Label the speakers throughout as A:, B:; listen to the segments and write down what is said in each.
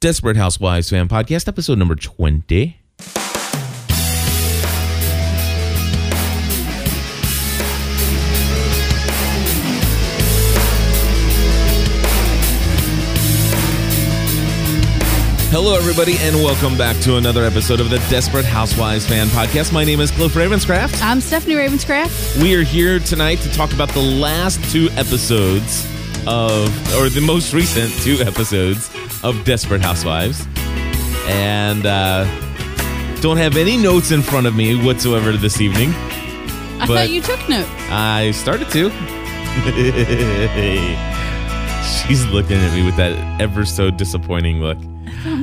A: Desperate Housewives fan podcast, episode number 20. Hello, everybody, and welcome back to another episode of the Desperate Housewives fan podcast. My name is Cliff Ravenscraft.
B: I'm Stephanie Ravenscraft.
A: We are here tonight to talk about the last two episodes of, or the most recent two episodes of Desperate Housewives. And uh, don't have any notes in front of me whatsoever this evening.
B: I
A: But-
B: thought you took Oh, notes.
A: I started to. She's looking at me with that ever so disappointing look.
B: I'm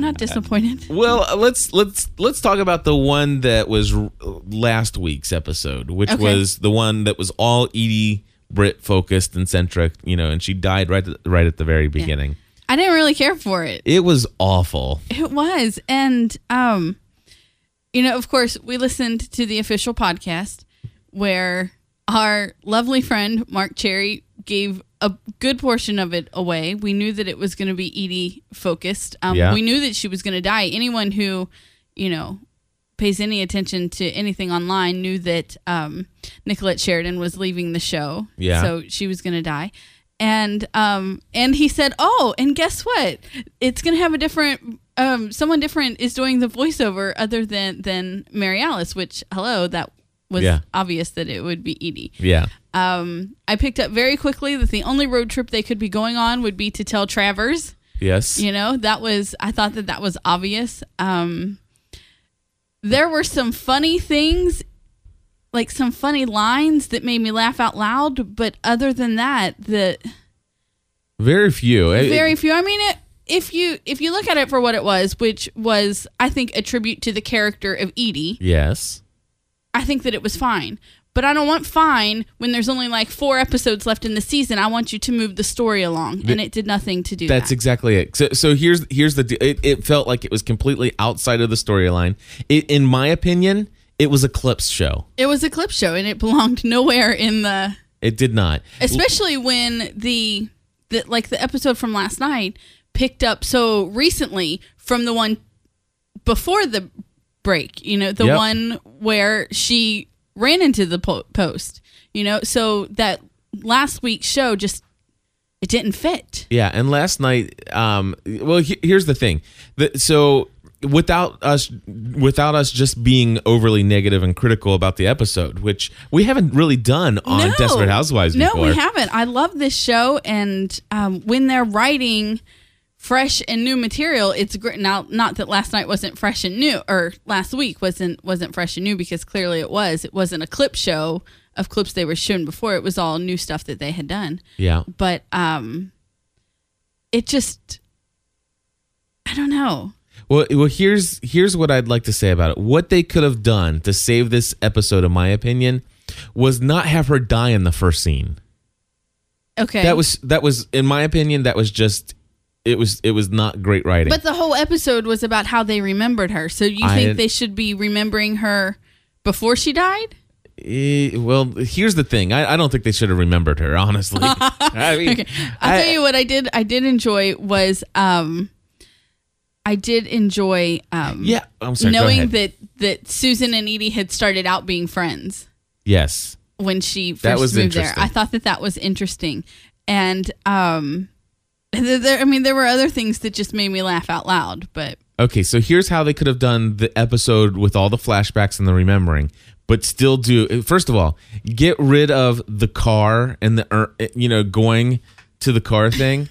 B: not disappointed.
A: Well, uh, let's let's let's talk about the one that was r- last week's episode, which
B: Okay.
A: was the one that was all Edie Brit focused and centric, you know, and she died right at, right at the very beginning.
B: I didn't really care for it.
A: It was awful.
B: It was, and um, you know, of course, we listened to the official podcast where our lovely friend Mark Cherry gave a good portion of it away. We knew that it was going to be Edie focused. Um,
A: Yeah.
B: We knew that she was going to die. Anyone who, you know, pays any attention to anything online knew that um, Nicolette Sheridan was leaving the show.
A: Yeah.
B: So she was going to die. And um, and he said, "Oh, and guess what? It's going to have a different um, someone different is doing the voiceover other than than Mary Alice, which hello, that was
A: Yeah.
B: obvious that it would be Edie."
A: Yeah.
B: Um, I picked up very quickly that the only road trip they could be going on would be to tell Travers.
A: Yes.
B: You know, that was I thought that that was obvious. Um there were some funny things like some funny lines that made me laugh out loud, but other than that, the
A: Very few. It-
B: very few. I mean, it, if you if you look at it for what it was, which was I think a tribute to the character of Edie,
A: yes.
B: I think that it was fine. But I don't want fine when there's only like four episodes left in the season. I want you to move the story along, and it did nothing to do
A: That's
B: that.
A: exactly it. So, so here's here's the de- it, it felt like it was completely outside of the storyline. It in my opinion, it was a clips show.
B: it was a clip show, and it belonged nowhere in the
A: It did not.
B: especially when the, the like the episode from last night picked up so recently from the one before the break you know the
A: Yep.
B: one where she ran into the po- post you know so that last week's show just it didn't fit
A: Yeah, and last night, um, well, he- here's the thing. The, so without us, without us just being overly negative and critical about the episode, which we haven't really done on Desperate Housewives
B: no,
A: before.
B: we haven't. I love this show, and um, when they're writing fresh and new material, it's great. Now, not that last night wasn't fresh and new, or last week wasn't wasn't fresh and new because clearly it was. It wasn't a clip show of clips they were shown before. It was all new stuff that they had done,
A: Yeah,
B: but um, it just, I don't know.
A: Well, well, here's here's what I'd like to say about it. What they could have done to save this episode, in my opinion, was not have her die in the first scene.
B: Okay,
A: That was that was, in my opinion, that was just it was it was not great writing.
B: But the whole episode was about how they remembered her. So you
A: I-
B: think they should be remembering her before she died?
A: Eh, well, here's the thing. I, I don't think they should have remembered her, honestly. I mean,
B: I'll
A: I-
B: tell you what I did. I did enjoy was um, I did enjoy um,
A: yeah, I'm sorry. go
B: knowing
A: ahead.
B: that that Susan and Edie had started out being friends
A: Yes.
B: when she first
A: That was
B: moved there.
A: interesting.
B: I thought that that was interesting, and um, there, there- I mean there were other things that just made me laugh out loud. But
A: Okay, so here's how they could have done the episode with all the flashbacks and the remembering, but still do. First of all, get rid of the car and the er, you know going to the car thing.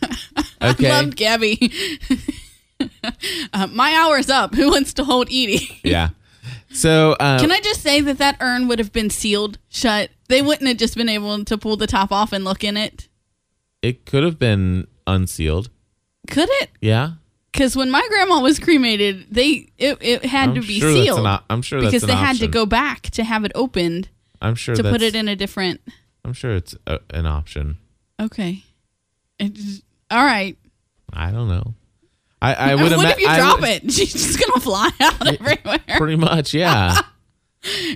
A: Okay.
B: I loved Gabby. uh, my hour's up. Who wants to hold Edie?
A: yeah. So uh,
B: Can I just say that that urn would have been sealed shut? They wouldn't have just been able to pull the top off and look in it.
A: it could have been unsealed.
B: Could it?
A: Yeah.
B: Because when my grandma was cremated, they it, it had
A: I'm
B: to be
A: sure that's an
B: sealed
A: op- I'm sure that's
B: because
A: an
B: they had to
A: option.
B: go back to have it opened
A: I'm sure
B: to
A: that's,
B: put it in a different.
A: I'm sure it's a, an option.
B: Okay, It just- all right.
A: I don't know. I, I
B: What
A: would imma-
B: if you
A: I
B: drop
A: would-
B: it? She's just gonna fly out everywhere.
A: Pretty much, yeah.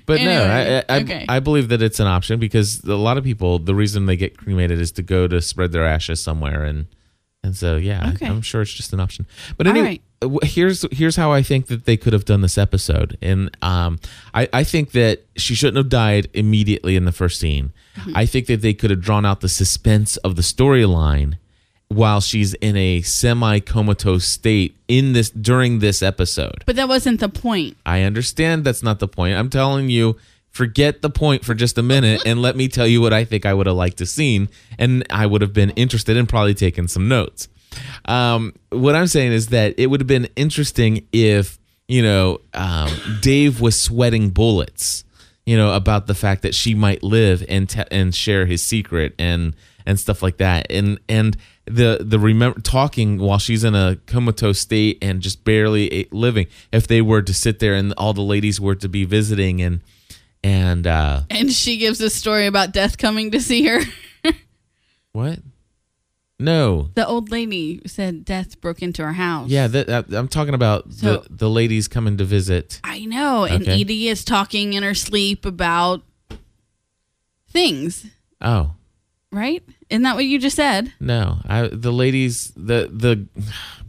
A: But
B: Anyway,
A: no, I I, I,
B: okay.
A: I believe that it's an option because a lot of people, the reason they get cremated is to go to spread their ashes somewhere, and and so yeah, I-
B: Okay.
A: I'm sure it's just an option. But
B: All
A: anyway,
B: right.
A: w- here's here's how I think that they could have done this episode, and um, I I think that she shouldn't have died immediately in the first scene.
B: Mm-hmm.
A: I think that they could have drawn out the suspense of the storyline while she's in a semi comatose state in this during this episode.
B: But that wasn't the point.
A: I understand that's not the point. I'm telling you, forget the point for just a minute and let me tell you what I think I would have liked to seen, and I would have been interested and probably taken some notes. Um, what I'm saying is that it would have been interesting if you know um, Dave was sweating bullets, you know, about the fact that she might live and te- and share his secret and and stuff like that, and and the the remember talking while she's in a comatose state and just barely eh, living. If they were to sit there and all the ladies were to be visiting and and uh,
B: And she gives a story about death coming to see her.
A: what? No,
B: The old lady said death broke into her house.
A: yeah, that, that, I'm talking about
B: So-
A: the the ladies coming to visit.
B: I know. And
A: Okay.
B: Edie is talking in her sleep about things,
A: Oh.
B: right? Isn't that what you just said?
A: No, I, the ladies, the the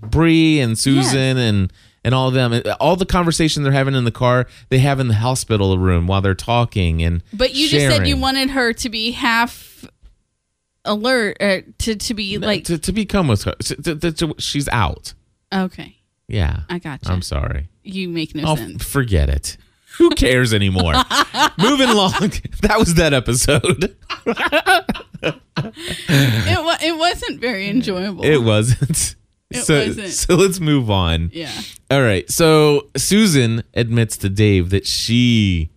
A: Bree and Susan and and all of them, and all the conversation they're having in the car, they have in the hospital room while they're talking and.
B: But you just said you
A: sharing.
B: wanted her to be half alert or to, to be like,
A: to, to become with her. To, to- to- she's out.
B: okay,
A: Yeah,
B: I gotcha.
A: I'm sorry.
B: you make no
A: Oh, f-
B: sense.
A: forget it. Who cares anymore? Moving along. That was that episode.
B: it, wa- it wasn't very enjoyable.
A: It wasn't.
B: Oh. It
A: so,
B: wasn't.
A: so let's move on.
B: yeah.
A: All right. So Susan admits to Dave that she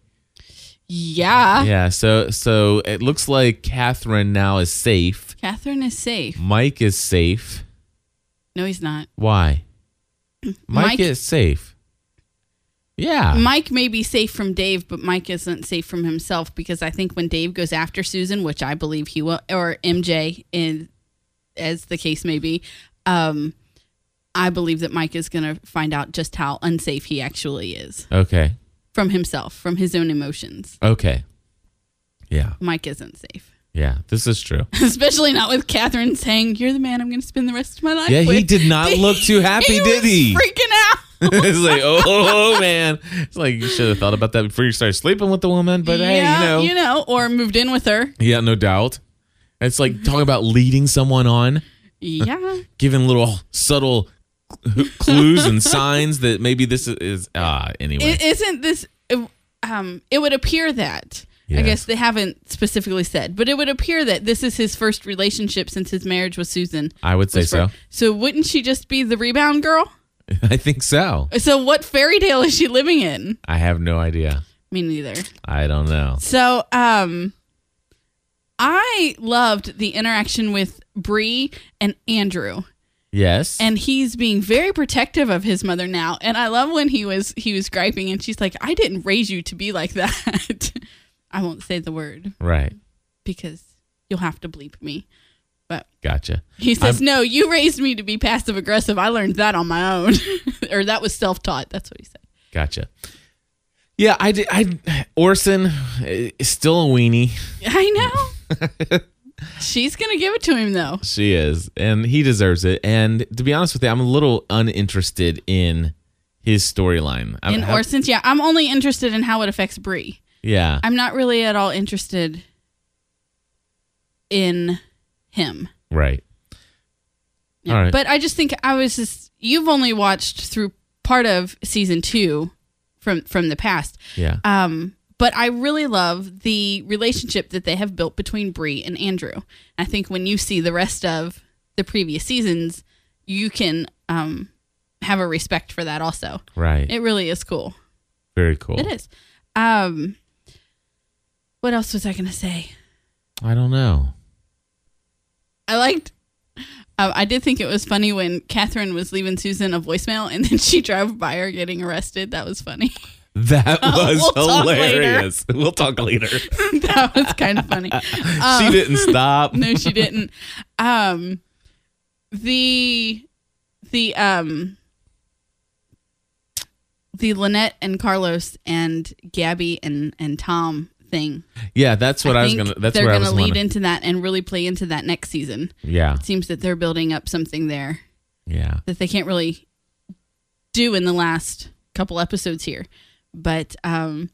B: Yeah.
A: Yeah, so so it looks like Catherine now is safe.
B: Catherine is safe.
A: Mike is safe.
B: No, he's not.
A: Why? Mike,
B: Mike-
A: is safe. Yeah.
B: Mike may be safe from Dave, but Mike isn't safe from himself because I think when Dave goes after Susan, which I believe he will, or MJ, in as the case may be, um, I believe that Mike is going to find out just how unsafe he actually is
A: okay.
B: from himself, from his own emotions.
A: Okay. Yeah.
B: Mike isn't safe,
A: Yeah. This is true.
B: especially not with Catherine saying, "You're the man I'm going to spend the rest of my life."
A: Yeah, he
B: with."
A: did not look too happy, did
B: was
A: he?
B: Freaking out.
A: it's like, oh man. It's like you should have thought about that before you started sleeping with the woman, but hey, you know.
B: you know, or moved in with her.
A: yeah, no doubt. It's like talking about leading someone on.
B: Yeah.
A: giving little subtle cl- clues and signs that maybe this is- is ah anyway.
B: It isn't this. Um, it would appear that I
A: Yes.
B: guess they haven't specifically said, but it would appear that this is his first relationship since his marriage with Susan.
A: I would say so.
B: So wouldn't she just be the rebound girl?
A: I think so.
B: So what fairy tale is she living in?
A: I have no idea.
B: Me neither.
A: I don't know.
B: So um, I loved the interaction with Bree and Andrew.
A: Yes.
B: and he's being very protective of his mother now and i love when he was he was griping and she's like i didn't raise you to be like that i won't say the word
A: right.
B: because you'll have to bleep me but
A: Gotcha.
B: he says no you raised me to be passive aggressive i learned that on my own or that was self-taught that's what he said
A: Gotcha. Yeah, I did. I Orson eh, is still a weenie.
B: i know she's gonna give it to him though
A: She is, and he deserves it. And to be honest with you, I'm a little uninterested in his storyline. I'm-
B: in
A: how-
B: orson's yeah i'm only interested in how it affects Bree.
A: yeah,
B: i'm not really at all interested in him
A: right.
B: Yeah.
A: All right.
B: But I just think I was just you've only watched through part of season 2 from from the past.
A: Yeah,
B: Um but I really love the relationship that they have built between Bree and Andrew. I think when you see the rest of the previous seasons, you can um have a respect for that also.
A: right.
B: It really is cool.
A: Very cool.
B: It is. Um what else was I going to say?
A: I don't know.
B: I liked. Uh, I did think it was funny when Catherine was leaving Susan a voicemail, and then she drove by her getting arrested. That was funny.
A: That was
B: We'll talk later.
A: hilarious. We'll talk later.
B: that was kind of funny. Um,
A: she didn't stop.
B: no, she didn't. Um, the the um the Lynette and Carlos and Gabby and and Tom thing.
A: Yeah, that's what I, was
B: think
A: gonna. That's
B: they're
A: where I
B: gonna
A: was
B: lead
A: leading.
B: into that and really play into that next season.
A: Yeah,
B: Seems that they're building up something there.
A: yeah,
B: that they can't really do in the last couple episodes here. But um,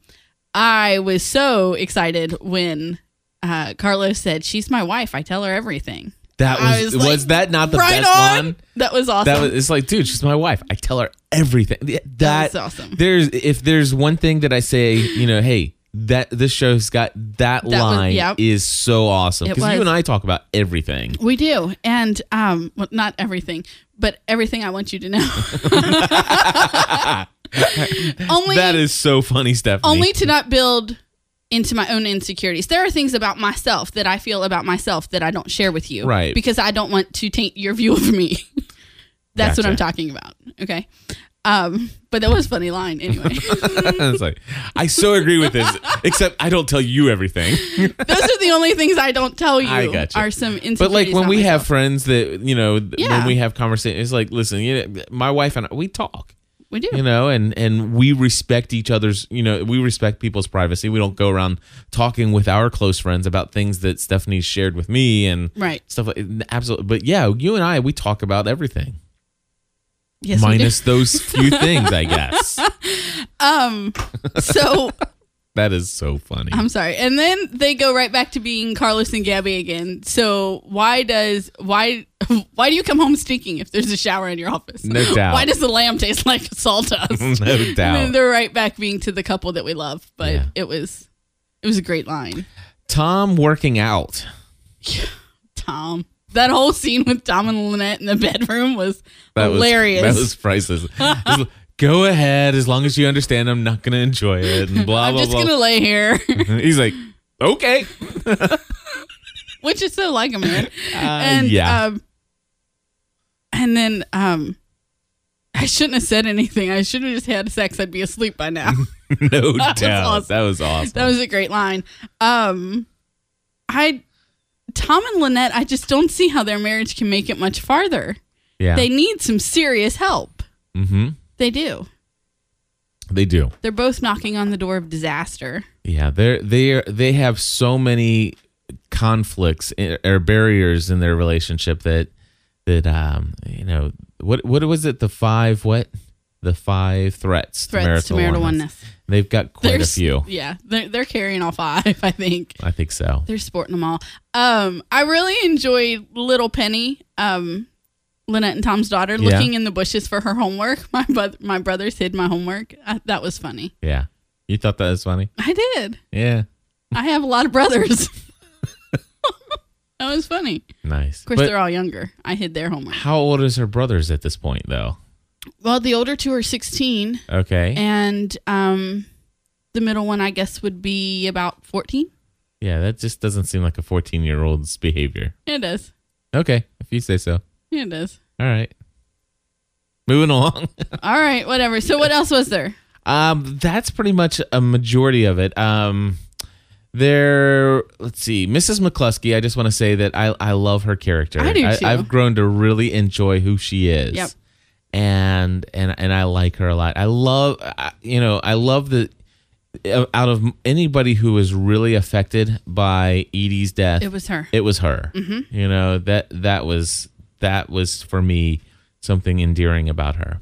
B: I was so excited when uh, Carlos said, "She's my wife. I tell her everything."
A: That
B: I
A: was was,
B: was like,
A: that not the
B: right
A: best
B: on.
A: one?
B: That was awesome.
A: That was it's like, dude, she's my wife. I tell her everything. Th- That,
B: was awesome.
A: There's if there's one thing that I say, you know, hey, that this show's got that,
B: was-
A: line
B: yep.
A: is so awesome
B: It
A: because you
B: was.
A: and I talk about everything.
B: we do, and um, well, not everything, but everything I want you to know. only
A: that is so funny, Stephanie.
B: only to not build into my own insecurities. There are things about myself that I feel about myself that I don't share with you.
A: Right.
B: Because I don't want to taint your view of me. That's what I'm
A: Gotcha.
B: talking about. Okay. Um, but that was a funny line anyway.
A: it's like I so agree with this, except I don't tell you everything.
B: Those are the only things I don't tell you
A: I gotcha.
B: are some insecurities.
A: But like when
B: about
A: we
B: myself.
A: have friends that you know, th- when
B: Yeah.
A: we have conversations, it's like, listen, you know, my wife and I, we talk.
B: we do.
A: you know and and we respect each other's you know we respect people's privacy we don't go around talking with our close friends about things that stephanie shared with me and
B: Right.
A: stuff like absolutely but yeah you and i we talk about everything
B: Yes, we do.
A: minus those few things i guess
B: Um so
A: that is so funny
B: I'm sorry. And then they go right back to being Carlos and Gabby again. So why does why why do you come home stinking if there's a shower in your office?
A: No doubt.
B: Why does the lamb taste like sawdust? and
A: no
B: then
A: doubt
B: they're right back being to the couple that we love. But
A: Yeah.
B: it was it was a great line,
A: tom working out
B: Tom. That whole scene with Tom and Lynette in the bedroom was
A: that
B: hilarious.
A: was, that was priceless Just like, go ahead as long as you understand i'm not gonna enjoy it and blah
B: I'm
A: blah
B: just
A: blah
B: gonna lay here,
A: he's like okay
B: which is so like a man.
A: Uh,
B: and
A: yeah
B: um and then um I shouldn't have said anything. I should have just had sex. I'd be asleep by now.
A: No
B: That was
A: doubt.
B: awesome.
A: That was awesome.
B: that was a great line. Um I Tom and Lynette, I just don't see how their marriage can make it much farther.
A: yeah.
B: They need some serious help.
A: mm-hmm.
B: They do.
A: They do.
B: They're both knocking on the door of disaster.
A: Yeah. They're they they have so many conflicts eh, or barriers in their relationship that that um you know what what was it the five what the five threats
B: Threats to marital oneness.
A: They've got quite a
B: There's-
A: few.
B: Yeah, they're, they're carrying all five, I think.
A: I think so.
B: They're sporting them all. Um, I really enjoyed Little Penny, um, Lynette and Tom's daughter,
A: Yeah.
B: looking in the bushes for her homework. My brother, my brothers hid my homework. I, that was funny.
A: Yeah. You thought that was funny?
B: I did.
A: Yeah.
B: I have a lot of brothers. that was funny.
A: Nice.
B: Of course,
A: But
B: they're all younger. I hid their homework.
A: how old is her brothers at this point though?
B: Well, the older two are sixteen,
A: Okay.
B: and um, the middle one, I guess, would be about fourteen.
A: yeah, that just doesn't seem like a 14-year-old's behavior.
B: It is.
A: Okay, if you say so.
B: It is.
A: All right. Moving along.
B: All right, whatever. So, what else was there?
A: um, that's pretty much a majority of it. Um, there. Let's see, Mrs. McCluskey. I just want to say that I I love her character.
B: I do too.
A: have grown to really enjoy who she is.
B: Yep.
A: And and and I like her a lot. I love. I, you know, I love that. uh, Out of anybody who was really affected by Edie's death,
B: It was her.
A: it was her.
B: Mm-hmm.
A: You know that that was that was for me something endearing about her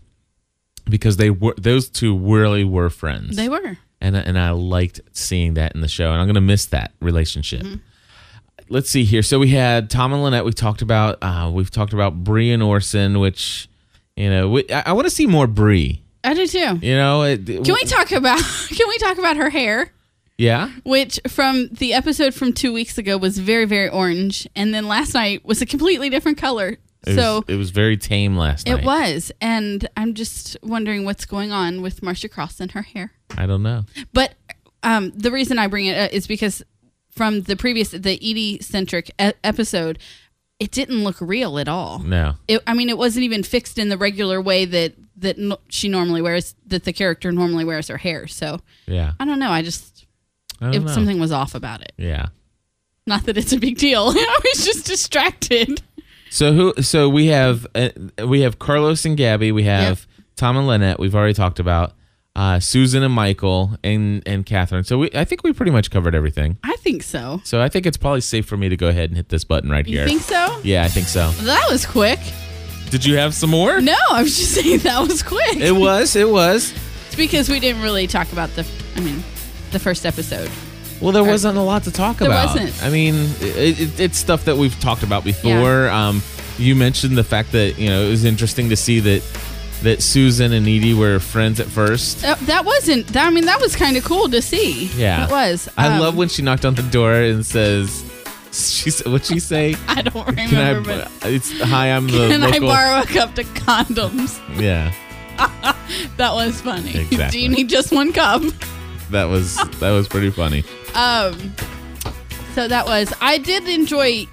A: because they were those two really were friends.
B: They were.
A: and and I liked seeing that in the show, and I'm gonna miss that relationship.
B: Mm-hmm.
A: Let's see here. So we had Tom and Lynette. We talked about uh, we've talked about Bree and Orson, which you know we, I, I want to see more Bree.
B: I do too.
A: You know, it,
B: Can we talk about can we talk about her hair?
A: yeah,
B: Which from the episode from two weeks ago was very, very orange. And then last night was a completely different color.
A: it
B: so
A: was, it was very tame last
B: it
A: night.
B: was. And I'm just wondering what's going on with Marcia Cross and her hair.
A: I don't know.
B: But um, the reason I bring it up is because from the previous, the Edie centric e- episode, it didn't look real at all.
A: No.
B: It, I mean, it wasn't even fixed in the regular way that, that no, she normally wears, that the character normally wears her hair. So
A: Yeah.
B: I don't know. I just,
A: I don't
B: if
A: know.
B: something was off about it.
A: yeah.
B: Not that it's a big deal. I was just distracted.
A: So who? So we have uh, we have Carlos and Gabby. We have Tom and Lynette. We've already talked about uh, Susan and Michael and and Catherine. So we I think we pretty much covered everything.
B: I think so.
A: So I think it's probably safe for me to go ahead and hit this button right
B: You
A: here.
B: think so?
A: Yeah, I think so.
B: That was quick.
A: Did you have some more?
B: No, I was just saying that was quick.
A: It was. It was.
B: it's because we didn't really talk about the, I mean, the first episode.
A: Well, there wasn't a lot to talk
B: There
A: about.
B: wasn't.
A: I mean, it, it, it's stuff that we've talked about before. Um, you mentioned the fact that you know it was interesting to see that that Susan and Edie were friends at first.
B: That, Uh, that wasn't. That, I mean, that was kind of cool to see.
A: Yeah,
B: it was.
A: I
B: Um,
A: love when she knocked on the door and says, "She said, what she say?
B: I don't remember.
A: Can I?
B: but
A: It's hi. I'm the
B: can I
A: local.
B: borrow a cup to condoms?
A: yeah,
B: That was funny. Do
A: Exactly.
B: you need just one cup?
A: that was that was pretty funny.
B: Um, so that was. I did enjoy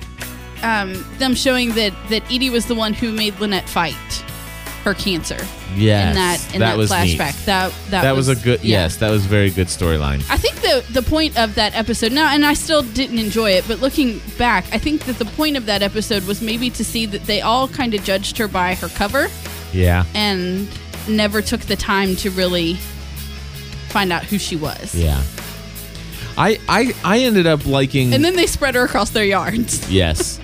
B: um, them showing that that Edie was the one who made Lynette fight her cancer
A: Yes,
B: in that in that,
A: was neat.
B: flashback. That that,
A: That, was, a good
B: yeah.
A: yes. That was a very good storyline.
B: I think the the point of that episode now, and I still didn't enjoy it, but looking back, I think that the point of that episode was maybe to see that they all kind of judged her by her cover
A: Yeah,
B: and never took the time to really find out who she was.
A: yeah. I I I ended up liking.
B: And then they spread her across their yards.
A: Yes.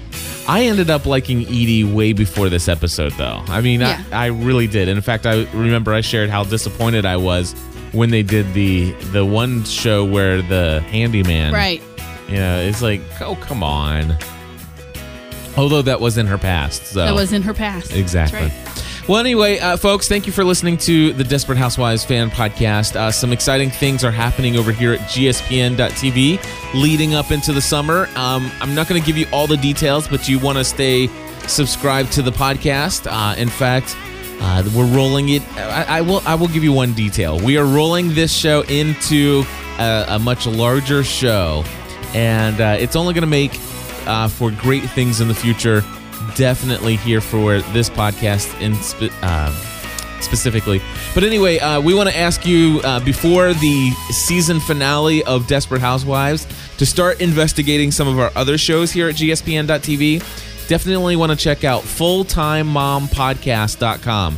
A: I ended up liking Edie way before this episode, though. I mean,
B: Yeah.
A: I, I really did. And in fact, I remember I shared how disappointed I was when they did the the one show where the handyman,
B: Right.
A: You know, it's like, oh, come on. Although that was in her past, so
B: That was in her past. That's
A: Oh. Exactly.
B: right.
A: Well, anyway, uh, folks, thank you for listening to the Desperate Housewives fan podcast. Uh, some exciting things are happening over here at gspn.tv leading up into the summer. Um, I'm not going to give you all the details, but you want to stay subscribed to the podcast. Uh, in fact, uh, we're rolling it. I, I will. I will give you one detail. We are rolling this show into a, a much larger show, and uh, it's only going to make uh, for great things in the future. Definitely here for this podcast in spe- uh, specifically. But anyway, uh, we want to ask you uh, before the season finale of Desperate Housewives to start investigating some of our other shows here at gspn.tv. Definitely want to check out fulltimemompodcast.com.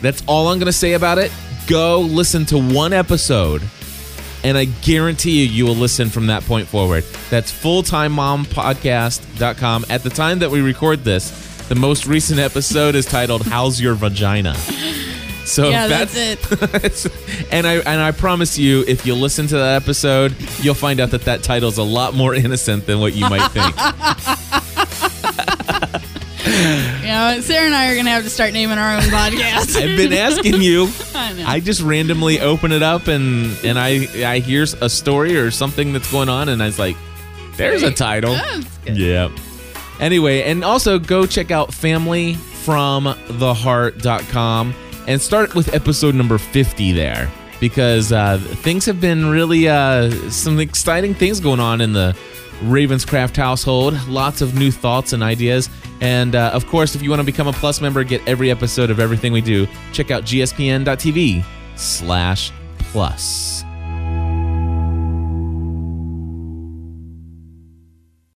A: That's all I'm going to say about it. Go listen to one episode and I guarantee you, you will listen from that point forward. That's fulltimemompodcast.com. At the time that we record this, the most recent episode is titled "How's Your Vagina." So
B: Yeah,
A: that's,
B: that's
A: it. and I and I promise you, if you listen to that episode, you'll find out that that title's a lot more innocent than what you might think.
B: You know, Sarah and I are going to have to start naming our own podcast.
A: I've been asking you.
B: I know.
A: I just randomly open it up and and I I hear a story or something that's going on, and I was like, "There's a title."
B: That's good.
A: Yeah. Anyway, and also go check out familyfromtheheart.com and start with episode number 50 there because uh, things have been really uh, some exciting things going on in the Ravenscraft household. Lots of new thoughts and ideas. And uh, of course, if you want to become a Plus member, get every episode of everything we do, check out gspn.tv slash plus.